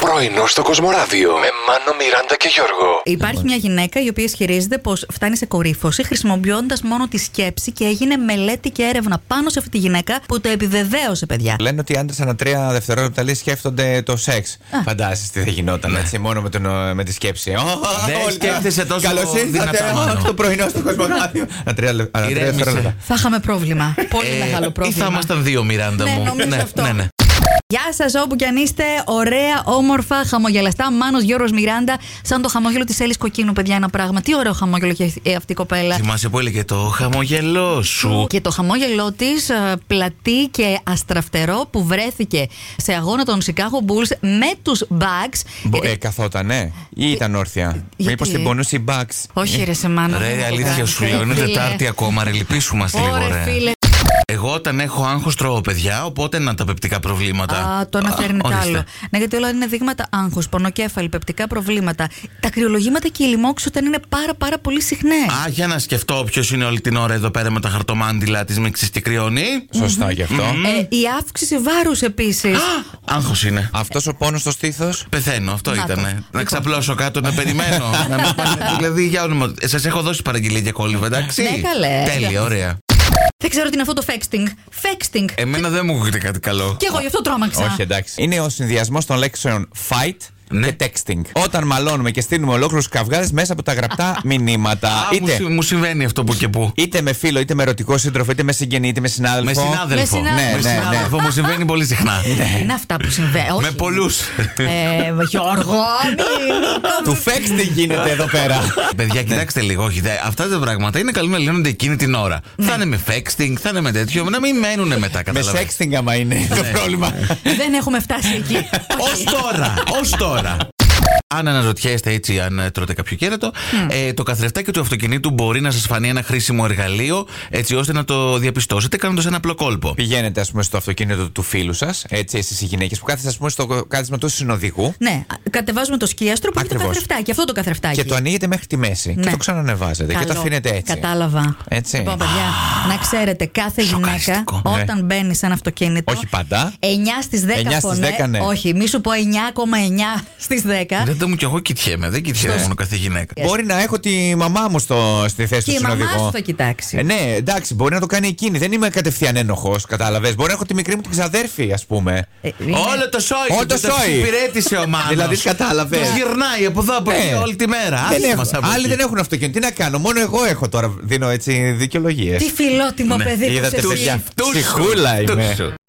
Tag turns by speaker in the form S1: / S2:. S1: Πρωινό στο Κοσμοράδιο με Μάνο, Μιράντα και Γιώργο.
S2: Υπάρχει μια γυναίκα η οποία ισχυρίζεται πως φτάνει σε κορύφωση χρησιμοποιώντας μόνο τη σκέψη και έγινε μελέτη και έρευνα πάνω σε αυτή τη γυναίκα που το επιβεβαίωσε, παιδιά.
S3: Λένε ότι οι άντρες ανά τρία δευτερόλεπτα λέει σκέφτονται το σεξ. Φαντάζεσαι τι θα γινόταν έτσι, μόνο με, τον, ε, με τη σκέψη.
S4: Ναι. Δεν σκέφτεσαι τόσο
S3: Καλώς ήρθατε.
S4: δυνατά, Μάνο.
S3: Αχ, το πρωινό στο Κοσμοράδιο. Ανά τρία λε- ανά τρία
S4: Ηρέμησε.
S3: δευτερόλεπτα.
S2: Θα είχαμε πρόβλημα. Πολύ
S4: Ε,
S2: μεγάλο
S4: Ή θα
S2: πρόβλημα.
S4: ήμασταν δύο, Μιράντα
S2: Ναι,
S4: μου.
S2: νομίζω αυτό.
S4: ναι, ναι.
S2: Γεια σας, όπου κι αν είστε, ωραία, όμορφα, χαμογελαστά. Μάνος Γιώργο Μιράντα, σαν το χαμόγελο της Έλλης Κοκκίνου, παιδιά, ένα πράγμα. Τι ωραίο χαμόγελο έχει ε, αυτή η κοπέλα.
S4: Θυμάσαι που έλεγε το χαμογελό σου.
S2: Και το χαμόγελό της πλατή και αστραφτερό που βρέθηκε σε αγώνα των Chicago Bulls με τους Bucks.
S3: Μπο-
S2: Γιατί-
S3: Ε, καθότανε ή ήταν όρθια.
S2: ε, γιατί-
S3: Μήπως την πονούσε η Ε, μπαξ.
S2: Όχι, ρε, σε μάνα.
S4: Ε, Ρε, αλήθεια σου λέω, είναι Τετάρτη ακόμα, ρε, λυπήσουμε λίγο,
S2: Ωραία,
S4: ρε.
S2: ναι, φίλε.
S4: Εγώ όταν έχω άγχος τρώω παιδιά, οπότε να τα πεπτικά προβλήματα.
S2: Α, το αναφέρνετε
S4: ορίστε.
S2: άλλο. Ναι, γιατί όλα είναι δείγματα άγχους, πονοκέφαλη, πεπτικά προβλήματα. Τα κρυολογήματα και οι λοιμώξει όταν είναι πάρα πάρα πολύ συχνές.
S4: Α, για να σκεφτώ ποιος είναι όλη την ώρα εδώ πέρα με τα χαρτομάντιλα της μίξης και κρυώνει.
S3: Σωστά γι' αυτό.
S2: Ε, η αύξηση βάρους επίσης.
S4: Άγχος είναι.
S3: Αυτός ο πόνος στο στήθος.
S4: Πεθαίνω, αυτό
S2: Να το.
S4: ήταν. Να
S2: Λοιπόν.
S4: ξαπλώσω κάτω, να περιμένω. να με πάνε- δηλαδή, για όνομα. Σας έχω δώσει παραγγελία για κόλληβα, εντάξει.
S2: Ναι, καλέ.
S4: Τέλεια, ωραία.
S2: Δεν ξέρω τι είναι αυτό το φέξτινγκ. Φέξτινγκ.
S4: Εμένα δεν μου έχετε κάτι καλό.
S2: Και εγώ γι' αυτό τρόμαξα.
S4: ε,
S3: Όχι, εντάξει. Είναι ο συνδυασμός των λέξεων fight
S4: Ναι.
S3: και texting. Όταν μαλώνουμε και στείλουμε ολόκληρους καυγάδες μέσα από τα γραπτά μηνύματα.
S4: Α, μου,
S3: Είτε
S4: συ- μου συμβαίνει αυτό που και που.
S3: Είτε με φίλο, είτε με ερωτικό σύντροφο, είτε με συγγενή, είτε με
S4: Με
S3: συνάδελφο.
S2: Με
S4: συνάδελφο.
S2: συνάδελφο. Ναι,
S4: Με
S3: Ε, λοιπόν, Ναι, ναι, ναι.
S4: συνάδελφο μου συμβαίνει πολύ συχνά.
S2: Είναι αυτά που συμβαίνουν.
S4: Με πολλούς.
S2: Ε, Γιώργο,
S3: Του φέξ τι γίνεται εδώ πέρα. Ναι.
S4: Παιδιά, κοιτάξτε λίγο. Όχι, δε- αυτά τα πράγματα είναι καλό να λύνονται εκείνη την ώρα.
S2: Ναι.
S4: Θα είναι με fexting, θα είναι με τέτοιο, να μην μένουν μετά,
S3: με
S4: κατάλαβα.
S3: σεξτινγκ άμα είναι το
S4: Ναι.
S3: πρόβλημα.
S2: δεν έχουμε φτάσει εκεί.
S4: Ε,
S2: Όχι.
S4: Ως τώρα! Ως τώρα! Αν αναρωτιέστε έτσι, αν ε, τρώτε κάποιο κέρατο, ε, το καθρεφτάκι του αυτοκινήτου μπορεί να σας φανεί ένα χρήσιμο εργαλείο, έτσι ώστε να το διαπιστώσετε κάνοντας ένα απλό κόλπο.
S3: Πηγαίνετε, ας πούμε, στο αυτοκίνητο του φίλου σας, έτσι, εσείς οι γυναίκες που κάθεστε, ας πούμε, στο κάθισμα του συνοδηγού
S2: Ναι, κατεβάζουμε το σκίαστρο που έχει το
S3: Ακριβώς.
S2: καθρεφτάκι. Αυτό το καθρεφτάκι.
S3: και το ανοίγετε μέχρι τη μέση. Και
S2: Ναι.
S3: το ξανανεβάζετε και το
S2: Καλό.
S3: αφήνετε έτσι.
S2: Κατάλαβα.
S3: Έτσι.
S2: Λοιπόν, παιδιά, να ξέρετε, κάθε γυναίκα
S4: Σοκαριστικό,
S3: ναι.
S2: όταν μπαίνει σε ένα αυτοκίνητο.
S3: Όχι πάντα.
S2: 9 στι 10
S3: 9 στις
S2: φωνέ.
S3: 10, ναι.
S2: Όχι, μη σου πω 9,9 στι 10.
S4: Δεν το μου κι εγώ κοιτιέμαι, δεν κοιτιέμαι μόνο κάθε
S2: ε,
S4: γυναίκα.
S3: Μπορεί να έχω τη μαμά μου στο, στη θέση
S2: Και
S3: του
S2: η μαμά
S3: συνοδηγού.
S2: σου θα κοιτάξει.
S3: Ε, ναι, εντάξει, μπορεί να το κάνει εκείνη. Δεν είμαι κατευθείαν ένοχος, κατάλαβες. Μπορεί να έχω τη μικρή μου την ξαδέρφη, ας πούμε.
S2: Ε, είναι-
S4: Όλο το σόι!
S3: Όλο
S4: που
S3: το
S4: τα
S3: σόι.
S4: Εξυπηρέτησε ο Μάνος.
S3: Δηλαδή, κατάλαβες.
S4: Τους γυρνάει από εδώ από
S3: Ναι.
S4: εκεί όλη τη μέρα.
S3: Δεν
S4: Άσε
S3: έχω.
S4: μας από
S3: Άλλοι
S4: εκεί.
S3: δεν έχουν αυτοκίνητο. Τι να κάνω, μόνο εγώ έχω τώρα. Δίνω έτσι δικαιολογίες.
S2: Τι φιλότιμο παιδί που
S3: Ναι, Είδατε,
S2: σε
S3: παιδιά.
S2: βγει.
S4: Τους
S3: Ψυχούλα
S4: τους
S3: είμαι.
S4: σου.